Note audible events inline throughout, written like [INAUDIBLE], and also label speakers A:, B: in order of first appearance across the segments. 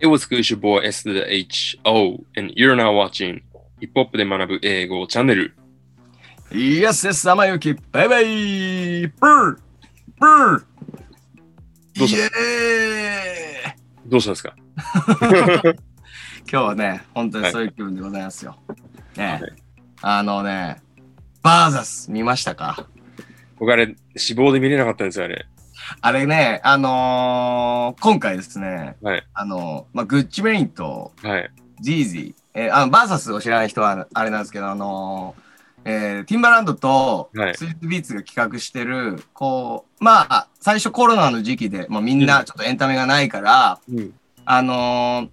A: It was good, your boy S to the H O, and you're now watching ヒップホップで学ぶ英語チャンネル。
B: Yes, yes, 生ゆき、バイバイブーブー
A: どうし
B: イエーイ
A: どうしたんですか
B: 今日はね、本当にそういう気分でございますよ。ね
A: は
B: あのね、バーザス見ましたか
A: 僕あれ、死亡で見れなかったんですよ、あれ。
B: あれね、あのー今回ですね、
A: はい
B: あのまあ、グッチメインと
A: はい。
B: ジージー、えーあのバーサスを知らない人はあれなんですけど、あのーえーティンバランドと
A: はい
B: スイーツビーツが企画してる、こう、まあ、最初コロナの時期で、まあ、みんなちょっとエンタメがないから、
A: うん。
B: あのー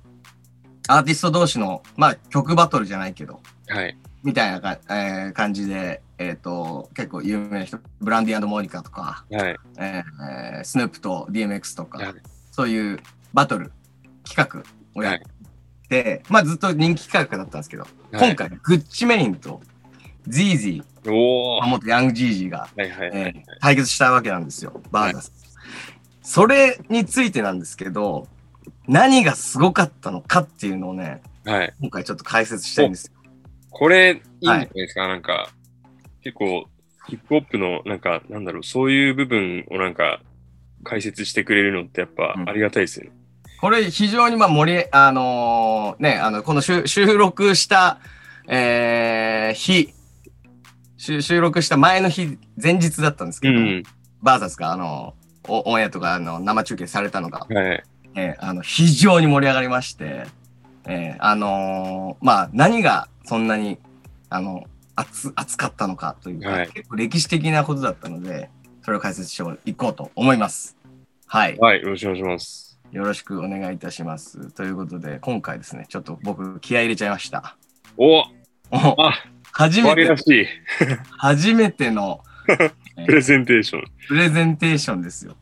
B: アーティスト同士の、まあ、曲バトルじゃないけど、
A: はい。
B: みたいなか、えー感じで、えっ、と、結構有名な人、ブランディモニカとか、
A: はい。
B: えースヌープと DMX と
A: は
B: か
A: い、
B: そういうバトル企画をやって、まあずっと人気企画だったんですけど、
A: はい
B: 今回、グッチメインと ZZ、
A: おお。
B: まあ
A: は
B: 元ヤング GG が、
A: いはいはい。
B: えー対決したわけなんですよ、バーガス。それについてなんですけど、何がすごかったのかっていうのをね、
A: はい。
B: 今回ちょっと解説したいんですよ。
A: これ、いいんじゃないですか、なんか、結構、ヒップホップの、なんか、なんだろう、そういう部分をなんか、解説してくれるのってやっぱ
B: うん
A: ありがたいですよね。
B: これ非常にまあ盛り、あのーね、あの、この収収録した、えー日、収収録した前の日、前日だったんです
A: う
B: けど、
A: ん。
B: バーサスが、あの、おオンエアとか、あの、生中継されたのが、
A: はい。
B: えーあの、非常に盛り上がりまして、えーあのーまあ、何がそんなに、あの、熱、熱かったのかというか、
A: はい
B: 結構歴史的なことだったので、それを解説していこうと思います。はい。
A: はい。よろしくお願いします。
B: よろしくお願いいたします。ということで、今回ですね、ちょっと僕、気合い入れちゃいました。
A: お
B: お
A: あ
B: [LAUGHS] 初め
A: 我ら
B: て、
A: しい
B: 初めての
A: [LAUGHS] プレゼンテーション。
B: プレゼンテーションですよ。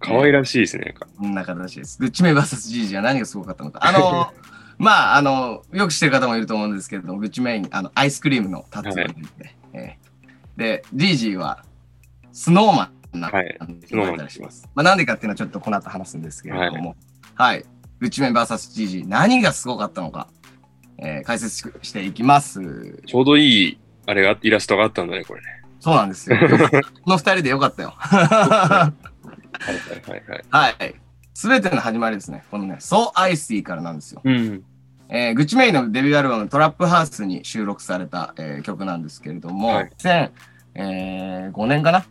A: 可愛らしいですね。なんか
B: こんな形です。グッチメイ VSGG は何がすごかったのか。あの、 [LAUGHS] まあ、あの、よく知ってる方もいると思うんですけれども、グッチメイン、あの、アイスクリームのタッチが出てて、えーで、GG は、スノーマンな
A: はい
B: んで
A: スノーマン
B: 呼ばれたりします。まあ、なんでかっていうのはちょっとこの後話すんですけれども、はい。グッチメイ VSGG、何がすごかったのか、えー解説ししていきます。
A: ちょうどいい、あれが、イラストがあったんだね、これね。
B: そうなんですよ。よかったこの二人でよかったよ。 [LAUGHS]
A: はいはいはいはい。
B: はい。すべての始まりですね。このね、So Icy からなんですよ。
A: うん。
B: えー、グッチメイのデビューアルバム「トラップハウス」に収録された、えー曲なんですけれども、
A: はい
B: 2005年かな、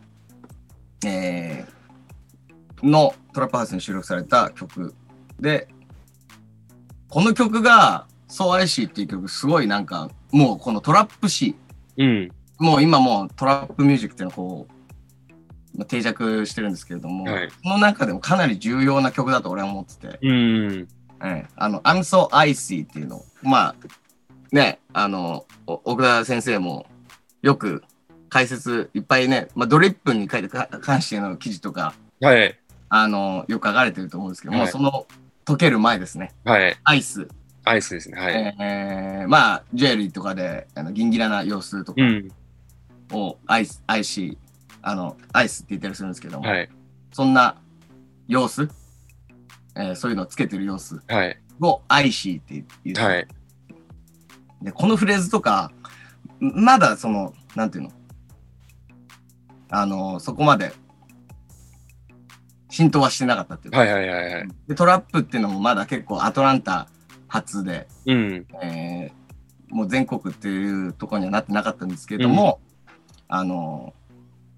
B: えーのトラップハウスに収録された曲でこの曲が「そう愛しい」っていう曲すごいなんかもうこのトラップシ
A: うん。
B: ーもう今もうトラップミュージックっていうのはこうまあ定着してるんですけれども、
A: はい
B: その中でもかなり重要な曲だと俺は思ってて。
A: うん。
B: ええあの、I'm so icy っていうの。まあ、ね、あの、お奥田先生もよく解説いっぱいね、まあ、ドリップに書いてか関しての記事とか、
A: はい。
B: あの、よく書かれてると思うんですけど、も
A: は
B: う
A: い
B: その溶ける前ですね。
A: はい。
B: アイス。
A: アイスですね。はい。
B: ええまあ、ジュエリーとかで、あのギンギラな様子とか
A: うん。
B: をアイス、アイシー、あの、アイスって言ったりするんですけども、
A: はい。
B: そんな様子、ええそういうのをつけてる様子
A: はい。
B: をアイシーって言って、
A: はい。
B: で、このフレーズとか、んまだその、なんていうのあの、そこまで浸透はしてなかったっていうか、
A: はいはいはいはい。
B: でトラップっていうのもまだ結構アトランタ発で、
A: うん。
B: えーもう全国っていうところにはなってなかったんですけれども、あの、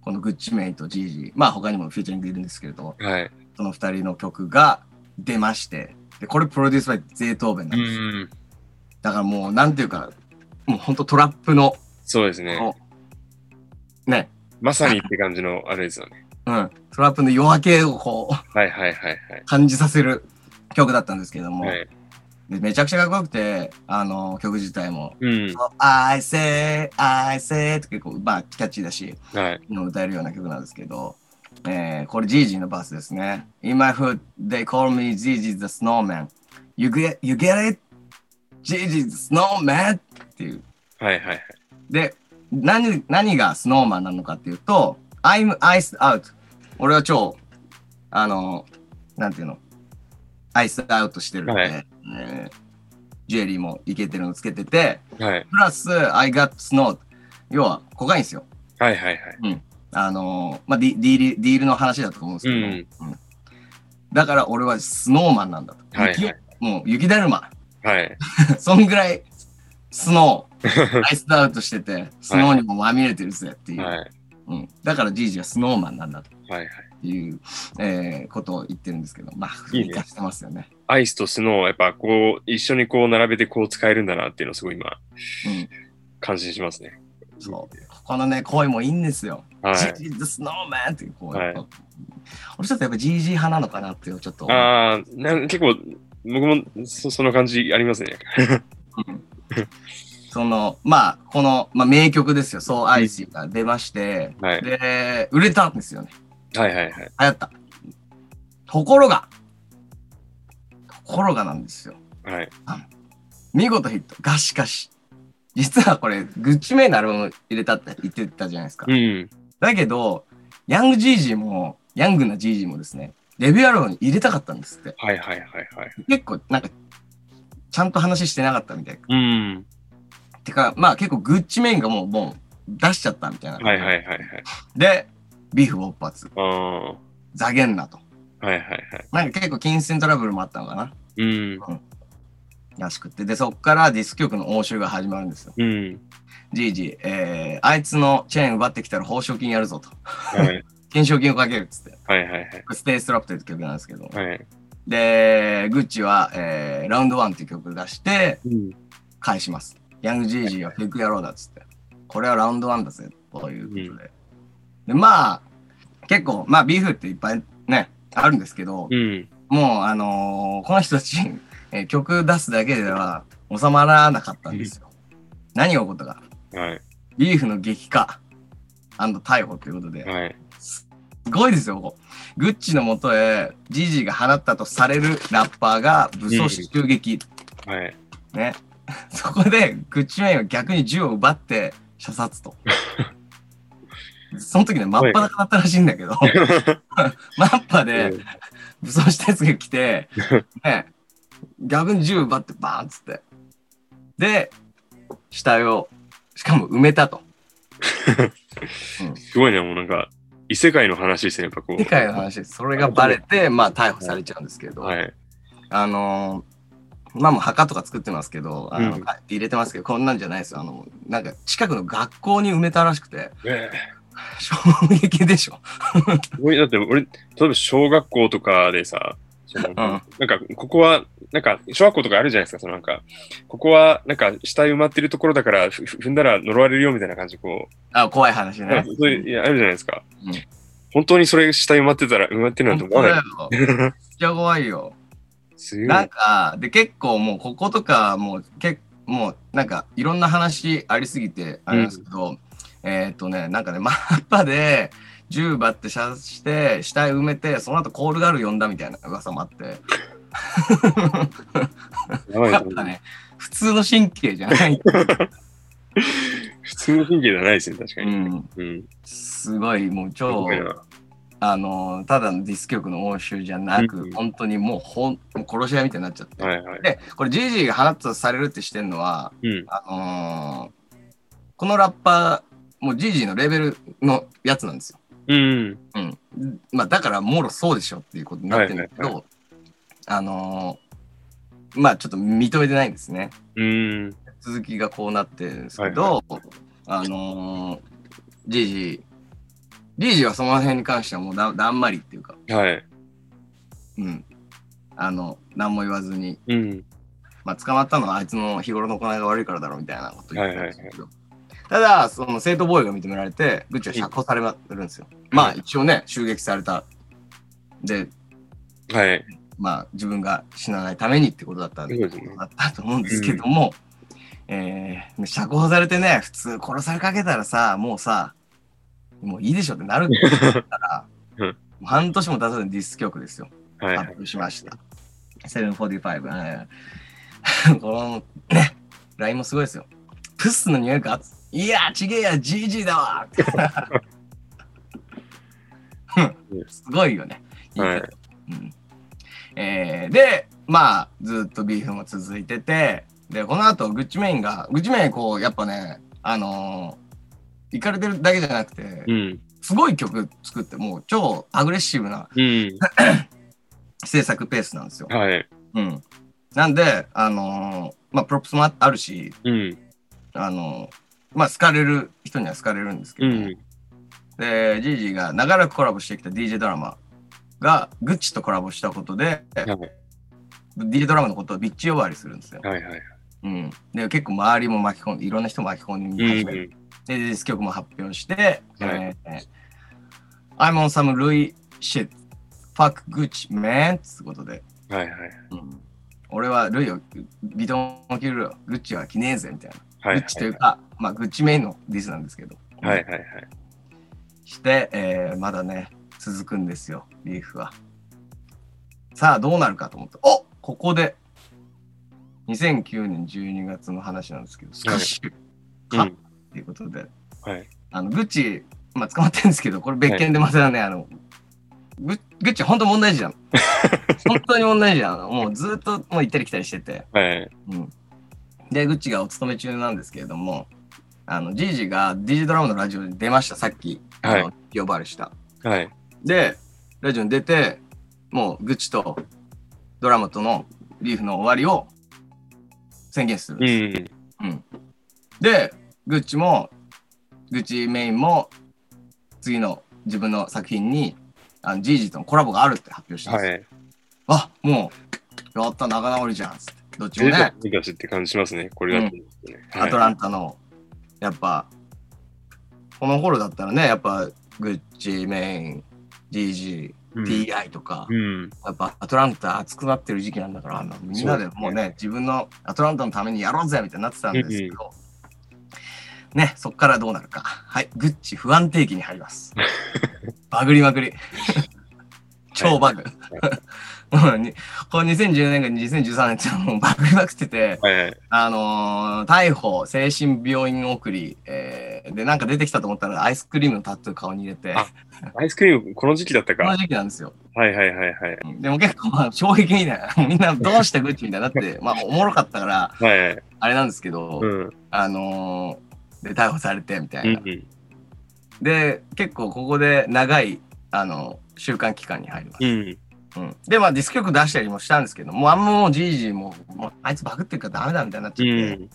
B: このグッチメイとジージー、まあ他にもフィーチャリングいるんですけれど、
A: はい。
B: その二人の曲が出まして、で、これプロデュースバイゼートーベンな
A: うん
B: です。
A: ん。
B: だからもうなんていうか、もう本当トラップの
A: そうですね。
B: こうね、
A: まさにって感じのあれですよね。
B: うん、トラップの夜明けをこう
A: はいはいはいはい。
B: 感じさせる曲だったんですけども、
A: はい。
B: でめちゃくちゃかっこよくて、あの曲自体も、
A: うん。
B: I say, I say って結構、まあ、キャッチーだし、
A: はい。
B: 歌えるような曲なんですけど、えー、これ、ジージーのバースですね。In my hood, they call me Gigi the Snowman. You get, you get it? Gigi the Snowman? っていう。
A: はいはいはい。
B: で、何、何がスノーマンなのかっていうと、I'm iced out. 俺は超、あの、なんていうの、アイスアウトしてるので、
A: はい
B: えージュエリーもイケてるのつけてて、
A: はい
B: プラス、アイガッツの、要は、コカインですよ。
A: はいはいはい。
B: あのーまあディ、ディール、ディールの話だと思うんですけど、うんだから俺はスノーマンなんだと。
A: はい
B: 雪もう雪だるま。 [LAUGHS]
A: はい。
B: そんぐらい、スノ
A: [LAUGHS]
B: ー、アイスアウトしてて、スノーにもまみれてるぜっていう。
A: はい。
B: うん、だからジージはスノーマンなんだと
A: はいはい。
B: いう、えーことを言ってるんですけど、まあ、
A: いいね
B: 生かしてますよね。
A: アイスとスノーをやっぱこう、一緒にこう並べてこう使えるんだなっていうのをすごい今、
B: うん、
A: 感心しますね。
B: そうここのね、声もいいんですよ。
A: は
B: ジ
A: い
B: ー。ジーズ・スノーマンっていう、こう、
A: はい
B: やっぱ俺ちょっとやっぱジージー派なのかなっていう、ちょっと思う。
A: ああ、なん結構、僕もそその感じありますね。
B: その、まあ、この、まあ、名曲ですよ、そう、アイシーが出まして、
A: はい。
B: で、売れたんですよね。
A: はいはいはい。
B: 流行った。ところが、ところがなんですよ。
A: はい。
B: 見事ヒット。がしかし。実はこれ、グッチメイのアルバム入れたって言ってたじゃないですか。
A: うん。
B: だけど、ヤングジージーも、ヤングなジージーもですね、レビューアルバムに入れたかったんですって。
A: はいはいはいはい。
B: 結構、なんか、ちゃんと話してなかったみたい。
A: うん。
B: てか、まあ結構グッチメインがもう、もう出しちゃったみたいな。
A: はいはいはいはい。
B: で、ビーフ勃発、
A: ああ。は
B: ざげんなと。
A: いはいはい。
B: なんか結構金銭トラブルもあったのかな
A: うん。
B: らしくって。で、そっからディスク局の応酬が始まるんですよ。
A: うん。
B: じいじ、えー、あいつのチェーン奪ってきたら報奨金やるぞと。
A: はい。
B: 懸賞金をかけるっつって。
A: はいはいはい。
B: ステイストラップという曲なんですけど。
A: はい。
B: で、グッチは、えー、ラウンドワンっていう曲出して、
A: うん。
B: 返します。ヤングジージーはフェイク野郎だっつって。これはラウンドワンだぜ、ということで。
A: うん
B: で、まあ、結構、まあ、ビーフっていっぱいね、あるんですけど、
A: うん。
B: もう、あのーこの人たち、えー曲出すだけでは収まらなかったんですよ。何が起こったか。
A: はい。
B: ビーフの激化逮捕ということで、
A: はい。
B: すごいですよ、ここグッチのもとへ、ジージーが放ったとされるラッパーが武装襲撃。
A: はい。
B: ね。 [LAUGHS] そこで、グッチメインは逆に銃を奪って射殺と。その時ね、マッパだったらしいんだけど、マッパで武装したやつが来て、ね、逆に銃奪ってバーンっつって。で、死体を、しかも埋めたと。
A: すごいね、もうなんか、異世界の話ですね、やっぱこう。
B: 世界の話です。それがバレて、まあ逮捕されちゃうんですけど、
A: はい。
B: あのーまあもう墓とか作ってますけど、あの
A: うん
B: 入れてますけど、こんなんじゃないですよ。あの、なんか近くの学校に埋めたらしくて、 [LAUGHS]
A: ええ
B: 衝撃でしょ。
A: すごいだって俺、例えば小学校とかでさ、そのなんか、ここは、なんか、小学校とかあるじゃないですか、そのなんか、ここは、なんか、死体埋まってるところだから、ふふ踏んだら呪われるよみたいな感じ、こ
B: あ、怖い話
A: う、
B: ね
A: なん。かそういう、いやあるじゃないですか。
B: うん
A: 本当にそれ死体埋まってたら、埋まってるなんて思わない。
B: 本当だよめっちゃ怖いよ。
A: すごい。
B: なんか、で、結構もうこことか、もう、けもうなんかいろんな話ありすぎて、あれなんですけど、えーっとね、なんかね、マッパで銃奪って射殺して、死体埋めて、その後コールガール呼んだみたいな噂もあって。
A: やばいな
B: やっぱね、普通の神経じゃない。
A: 普通の神経じゃないですね、確か
B: う
A: に。
B: ん。
A: うん。
B: すごい、もう
A: す
B: 超
A: ご、いな
B: あの、ただのディスク局の応酬じゃなく、
A: うん
B: 本当にもうほん、もう殺し合いみたいになっちゃって。
A: はいはい。
B: で、これ、ジージーが放つされるってしてんのは、
A: うん。
B: あのーこのラッパー、もうジージーのレベルのやつなんですよ。
A: うん。
B: うん。まあ、だから、もろそうでしょっていうことになってるんだけど、
A: はい
B: あのーまあ、ちょっと認めてないんですね。
A: うん。
B: 続きがこうなってるんですけど、あのー、ジージー、ジージーはその辺に関してはもうだだんまりっていうか、
A: はい。
B: うん。あの、何も言わずに、
A: うん。
B: まあ、捕まったのはあいつの日頃の行いが悪いからだろうみたいなこと言ってたんですけど、ただ、その正当防衛が認められて、グッチは釈放されるんですよ。まあ、一応ね、襲撃された。で、
A: はい。
B: まあ、自分が死なないためにってことだったんで
A: そうですね
B: だったと思うんですけども、えー釈放されてね普通殺されかけたらさもうさもういいでしょってなるんだ
A: [LAUGHS]
B: から
A: うん
B: もう半年も経たずにディスク曲ですよ
A: はい。
B: 発表しました745、えー [LAUGHS] このねラインもすごいですよプッスの匂いかいやーちげえやジージーだわ
A: [LAUGHS]
B: [LAUGHS] うんすごいよねいいけど
A: はい
B: うんえーで、まあ、ずっとビーフも続いてて、で、この後、グッチメインが、グッチメイン、こう、やっぱね、あのー、行かれてるだけじゃなくて
A: う、ん。
B: すごい曲作って、もう超アグレッシブな
A: うん。
B: 制作ペースなんですよ。
A: はい。
B: うん。なんで、あのーまあ、プロップスもああるし、
A: うん。
B: あのーまあ、好かれる人には好かれるんですけ
A: う
B: ど、
A: ん。
B: で、ジージーが長らくコラボしてきた DJ ドラマが、グッチとコラボしたことで、
A: はい。
B: DJ ドラマのことをビッチ呼ばわりするんですよ。
A: はい。はい。
B: うん。で、結構周りも巻き込んで、いろんな人巻き込ん
A: う
B: で始める。
A: ん。
B: で、ディスク曲も発表して、えー I'm on some Louis shit. Fuck Gucci, man. つうことで、
A: はい。はい。
B: 俺はルイをビトンを切るよ。グッチは着ねえぜ、みたいな。
A: はい。
B: グッチというか、まあ、グッチメインのディスなんですけど。
A: はい。はい。はい。
B: して、えーまだね、続くんですよ、リーフは。さあ、どうなるかと思って、おここで、2009年12月の話なんですけど、スカッシュ
A: う
B: か
A: ん。
B: っていうことで、
A: はい。
B: あの、グッチ、まあ、捕まってるんですけど、これ別件でまたね、あの、グッグッチ、本当問
A: [LAUGHS]
B: 題児なの。本当に問題児なの。もうずっともう行ったり来たりしてて。
A: はい。
B: うん、で、グッチがお勤め中なんですけれども、あの、ジージが DJ ドラムのラジオに出ました、さっき。あの
A: は
B: 呼ばれした。
A: はい。
B: で、ラジオに出て、もう、グッチとドラマとのリーフの終わりを宣言するん
A: う
B: です。
A: ん。
B: で、グッチも、グッチメインも、次の自分の作品に、あのジージとのコラボがあるって発表したんです。
A: はい。
B: あ、もう、やった、仲直りじゃん、つって。どっちも
A: 出
B: ね
A: た、昔って感じしますね。これだと。
B: アトランタの、やっぱ、この頃だったらね、やっぱ、グッチメイン、ジージ
A: う
B: ー、
A: ん。
B: DI とか、
A: うん。
B: やっぱアトランタ熱くなってる時期なんだから、あのみんなでもうね、自分のアトランタのためにやろうぜみたいになってたんですけど、ね、そっからどうなるか。はい、グッチ不安定期に入ります。バグりまくり。超バグ。もうにこの2010年から2013年ってもうバグりまくってて、
A: はい。
B: あのー逮捕、精神病院送り、えーで、なんか出てきたと思ったらアイスクリームのタトゥー顔に入れて、
A: あアイスクリーム、この時期だった
B: この
A: か。
B: 時期なんですよ。
A: はいはいはいはい。
B: でも結構まあ衝撃みたいな、 [LAUGHS] みんなどうしてグッチみたいに
A: [LAUGHS]
B: なって、まあおもろかったから、
A: はいはい。
B: あれなんですけど、
A: うん。
B: あのーで、逮捕されてみた
A: う
B: いな。
A: ん。
B: で、結構ここで長い、あの、習慣期間に入りま
A: うん。
B: す。うんで、まあディスク曲出したりもしたんですけど、もうあんまもうジージーも、もうあいつバグってるからダメだみたいになっ
A: う
B: ち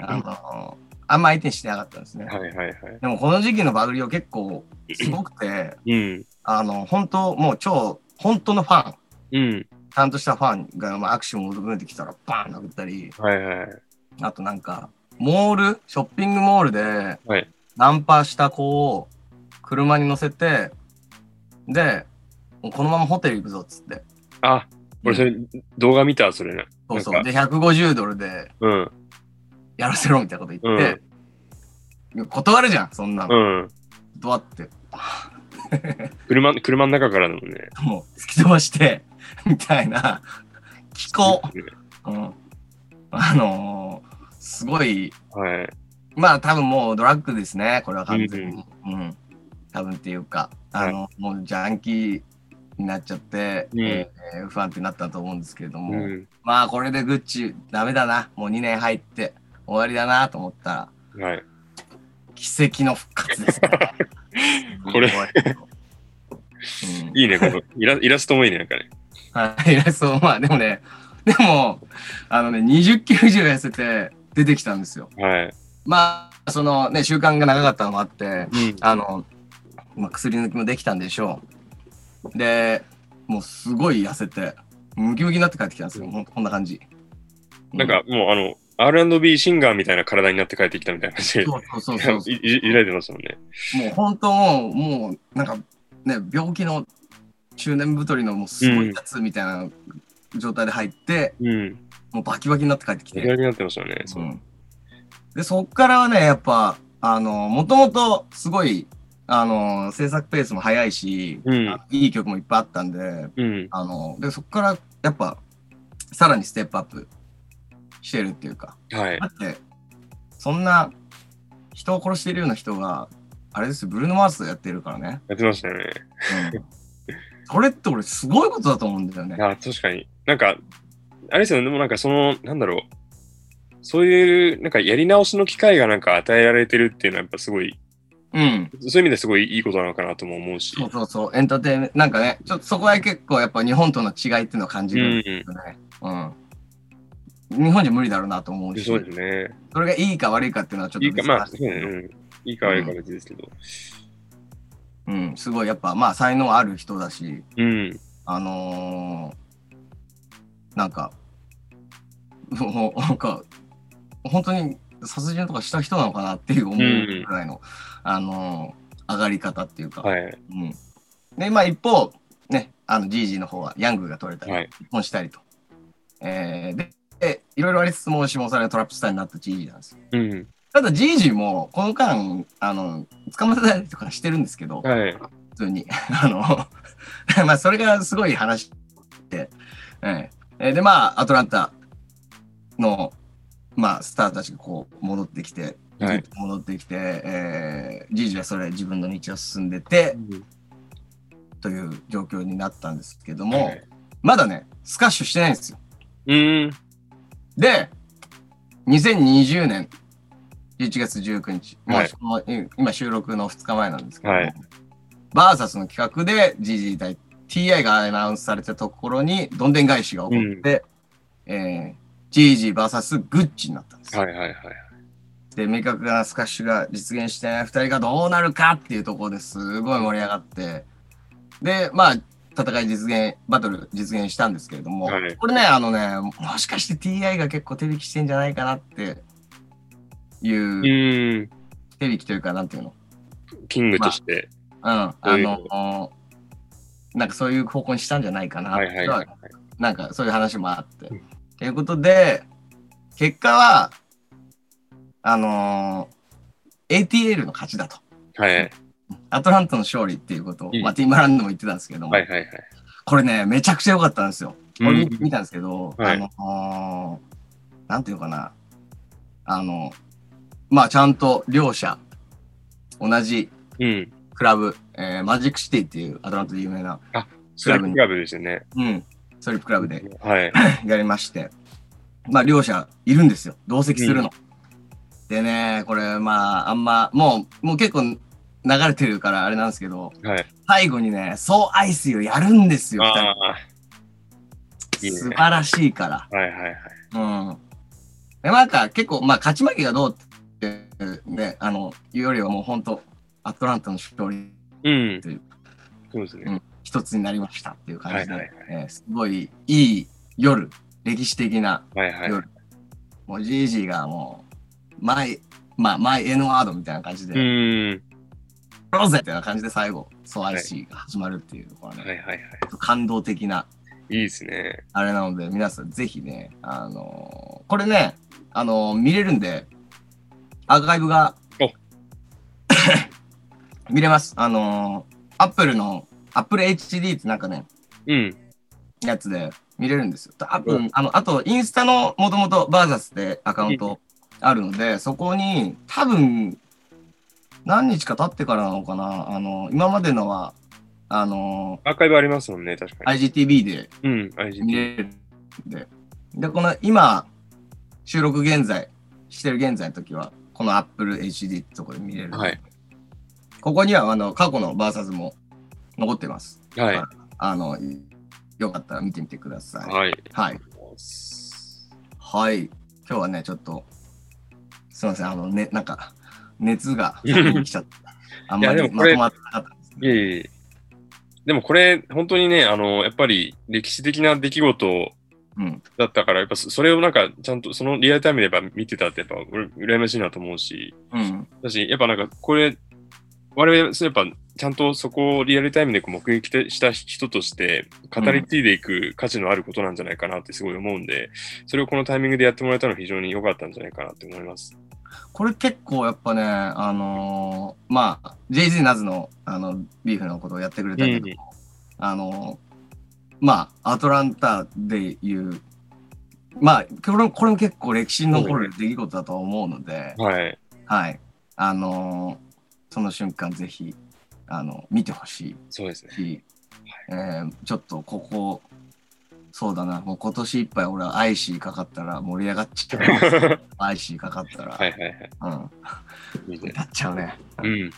B: ゃって、
A: ん。
B: あのーあんま相手にしてなかったんですね。
A: はいはいはい。
B: でもこの時期のバグりを結
A: [LAUGHS]
B: 構すごくて、
A: うん。
B: あの、本当もう超、本当のファン、
A: うん。
B: ちゃんとしたファンが、まあ、握手を求めてきたらバーン殴ったり、
A: はいはい。
B: あとなんか、モール、ショッピングモールで
A: はい、
B: ナンパした子を車に乗せて、で、もうこのままホテル行くぞっつって。
A: あ、俺それ、動画見た、それな。
B: そうそ
A: な
B: う。
A: ん
B: で、150ドルで
A: うん。
B: やらせろみたいなこと言って、断るじゃん、そんな
A: う
B: の。
A: ん。
B: ドアって、
A: 車、車の中からだもんね。
B: もう突き飛ばして、 [LAUGHS] みたいな、気候。うん。あのーすごい、
A: はい。
B: まあ多分もうドラッグですね、これは完全に。うん、多分っていうか、あの、もうジャンキーになっちゃって、
A: うん
B: えー不安定になったと思うんですけれど
A: う
B: も、
A: ん。
B: まあこれでグッチダメだな、もう2年入って終わりだなと思ったら、
A: はい。
B: 奇跡の復活ですね。 [LAUGHS]
A: これ
B: うん、
A: いいね、この [LAUGHS] イライラストもいいね、なんかね。
B: はい、 [LAUGHS] 偉そう、まあでもね、でも、あのね、20キロ以上痩せて出てきたんですよ。
A: はい。
B: まあ、そのね、習慣が長かったのもあって、
A: うん。
B: あの、まあ、薬抜きもできたんでしょう。で、もうすごい痩せて、ムキムキになって帰ってきたんですよ。ほんこんな感じ。
A: なんか、もう、あの、R&B シンガーみたいな体になって帰ってきたみたいな感じ
B: う
A: で
B: ん、、そうそうそうそ
A: い [LAUGHS] いいられてましたもんね。 [LAUGHS]
B: う。もう本当もう、もう、なんかね、病気の中年太りのもうすごいやつみたいな状態で入って、
A: うん。
B: もうバキバキになって帰ってき
A: い
B: て。
A: られになってましたよね。そううん
B: で、そっからはね、やっぱ、あの、もともとすごい、あの、制作ペースも早いし、
A: うん。
B: いい曲もいっぱいあったんで、
A: うん。
B: あの、で、そこから、やっぱ、さらにステップアップしてるっていうか、
A: はい。
B: だって、そんな、人を殺しているような人が、あれですよブルーノ・マースやってるからね。
A: [LAUGHS] やってましたよね。
B: うんそれって俺すごいことだと思うんだよね。
A: あ確かに。なんか、あれですよね、でもなんかその、なんだろう。そういう、なんかやり直しの機会がなんか与えられてるっていうのはやっぱすごい、
B: うん。
A: そういう意味ですごいいいことなのかなとも思うし。
B: そうそうそう。エンターテインメント、なんかね、ちょっとそこは結構やっぱ日本との違いっていうのを感じ
A: う
B: るん
A: ん
B: ですよね。うん。日本じゃ無理だろうなと思うし、
A: そうですね。
B: それがいいか悪いかっていうのはちょっと
A: いいか、まあ、
B: 別
A: そう
B: に
A: ね。うん。いいか悪いかは別ですけど。
B: うん、すごいやっぱまあ才能ある人だし、
A: うん。
B: あのーなんか、もうなんか、本当に殺人とかした人なのかなっていう思うぐらいの、あのー上がり方っていうか、
A: はい。
B: うん。で、まあ一方、ね、あの、ジージーの方は、ヤングが取れたり、
A: はい
B: 結婚したりと。えーで、でいろいろありつつも、下されトラップスターになったジージーなんですよ。
A: うん。
B: ただ、ジージーも、この間、あの、捕まってたりとかしてるんですけど、
A: はい。
B: 普通に。 [LAUGHS] あの、まあ、それがすごい話で、えええーで、まあ、アトランタの、まあ、スターたちがこう、戻ってきて、
A: はい。
B: 戻ってきて、えージージーはそれ、自分の道を進んでて、という状況になったんですけども、
A: はい
B: まだね、スカッシュしてないんですよ。
A: うん。
B: で、2020年11月19日、もう
A: はい
B: もう今今収録の2日前なんですけども、
A: はい
B: バーサスの企画で GG 対 TI がアナウンスされたところにどんでん返しが起こって、えー、GGVS グッチになったんですよ。
A: はいはいはい。
B: で、明確なスカッシュが実現してない2人がどうなるかっていうところですごい盛り上がって、で、まあ、戦い実現、バトル実現したんですけれども、
A: はい
B: これね、あのね、もしかして TI が結構手引きしてんじゃないかなっていう、
A: うん。
B: 手引きというか、なんていうの
A: キングとして。
B: うん、あ
A: どういう
B: の、なんかそういう方向にしたんじゃないかな、
A: はいはいはい。
B: なんかそういう話もあって。
A: うん
B: ということで、結果は、あのー ATL の勝ちだと。
A: はい。
B: アトランタの勝利っていうことを、
A: うん
B: まあ、ティム・ランドも言ってたんですけども、
A: はいはいはい。
B: これね、めちゃくちゃ良かったんですよ。
A: う
B: 俺
A: ん
B: 見見たんですけど、
A: はい
B: あのーなんていうのかな、あの、まあちゃんと両者、同じ
A: うん。
B: クラブ、えーマジックシティっていうアトランタで有名な、
A: スラブクラブですよね。
B: うん、ストリップクラブで [LAUGHS]
A: はい。
B: やりまして、まあ、両者いるんですよ、同席するの。でね、これ、まあ、あんま、もう、もう結構流れてるからあれなんですけど、
A: はい。
B: 最後にね、そうアイスをやるんですよ、
A: あ
B: 二
A: あ。ーいい
B: 人。
A: ね
B: 素晴らしいから。
A: はいはいはい。
B: うん。で、なんか結構、まあ、勝ち負けがどうっていうね、あの、いうよりはもう本当、アトランタの勝利
A: うん
B: という。
A: そうですね。
B: 一つになりましたっていう感じで、
A: はいはい
B: えーすごいいい夜、歴史的な
A: はいはい。
B: 夜もうジージーがもう、前、まあ、前 N ワードみたいな感じで、
A: う
B: や
A: ーん。
B: ろうぜみたいな感じで最後、ソアイシーが始まるっていうところはね、
A: はいはいはい。
B: 感動的ない
A: いですね。
B: あれなので、皆さんぜひね、あのーこれね、あのー見れるんで、アーカイブが
A: お
B: [LAUGHS] 見れます。あのー、アップルの、アップル HD ってなんかね、
A: うん。
B: やつで見れるんですよ。多分、あの、あと、インスタのもともとバーザスでアカウントあるので、そこに多分、何日か経ってからなのかな、あの、今までのは、あの
A: アーカイブありますもんね、確かに。
B: IGTV で
A: うん、IG
B: 見れるんで。で、この今、収録現在、してる現在の時は、この Apple HD ってとこで見れる。
A: はい。
B: ここには、あの、過去のバーサスも残ってます。
A: はい。
B: あの、よかったら見てみてください。
A: はい。
B: はい。はい。今日はね、ちょっと、すみません、あの、ね、なんか、
A: [LAUGHS]
B: 熱が来ちゃった。あんま
A: いやで
B: り
A: もこ
B: まと
A: れ
B: まってなかったんですけ
A: いえいえ。でもこれ、本当にね、あの、やっぱり歴史的な出来事
B: ど。うん。
A: だったから、やっぱそそれをなんか、ちゃんと、そのリアルタイムでやっぱ見てたって、やっぱ、俺、羨ましいなと思うし、
B: うん。
A: だし、やっぱなんか、これ、我々、そうやっぱ、ちゃんとそこをリアルタイムでこう目撃した人として、語り継いでいく価値のあることなんじゃないかなってすごい思うんで、それをこのタイミングでやってもらえたのは非常に良かったんじゃないかなって思います。
B: これ結構やっぱね、あのーまあ、JZ ナズの、あの、ビーフのことをやってくれたけど、
A: うん
B: あのーまあ、アトランタでいう、まあ、これもこれも結構歴史に残る出来事だと思うので、
A: はい。
B: はい。あのーその瞬間ぜひ、あの、見てほしい。
A: そうですね。 [LAUGHS]
B: しえーちょっとここ、そうだな、もう今年いっぱい俺はアイシーかかったら盛り上がっち
A: [LAUGHS]
B: ゃう。アイシーかかったら。
A: はいはいはい。
B: うん。
A: いいね。
B: なっちゃうね。
A: うん。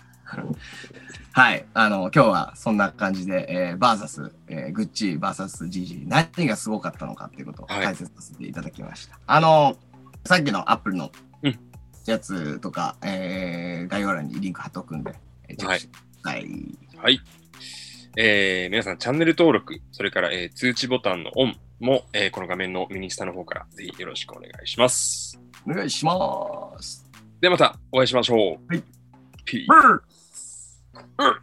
B: はい。あの、今日はそんな感じで、えー、バーサス、えー、グッチー、バーサス、ジージー、何がすごかったのかっていうことを
A: はい
B: 解説させていただきました。あの、さっきのアップルの
A: うん
B: やつとか、えー、概要欄にリンク貼っとくんで、えーチェックしてください。
A: はい。えー皆さん、チャンネル登録、それから、えー通知ボタンのオンも、えーこの画面の右下の方からぜひよろしくお願いします。
B: お願いします。
A: ではまたお会いしましょう。
B: はい。
A: ピー
B: ブー
A: ス。うん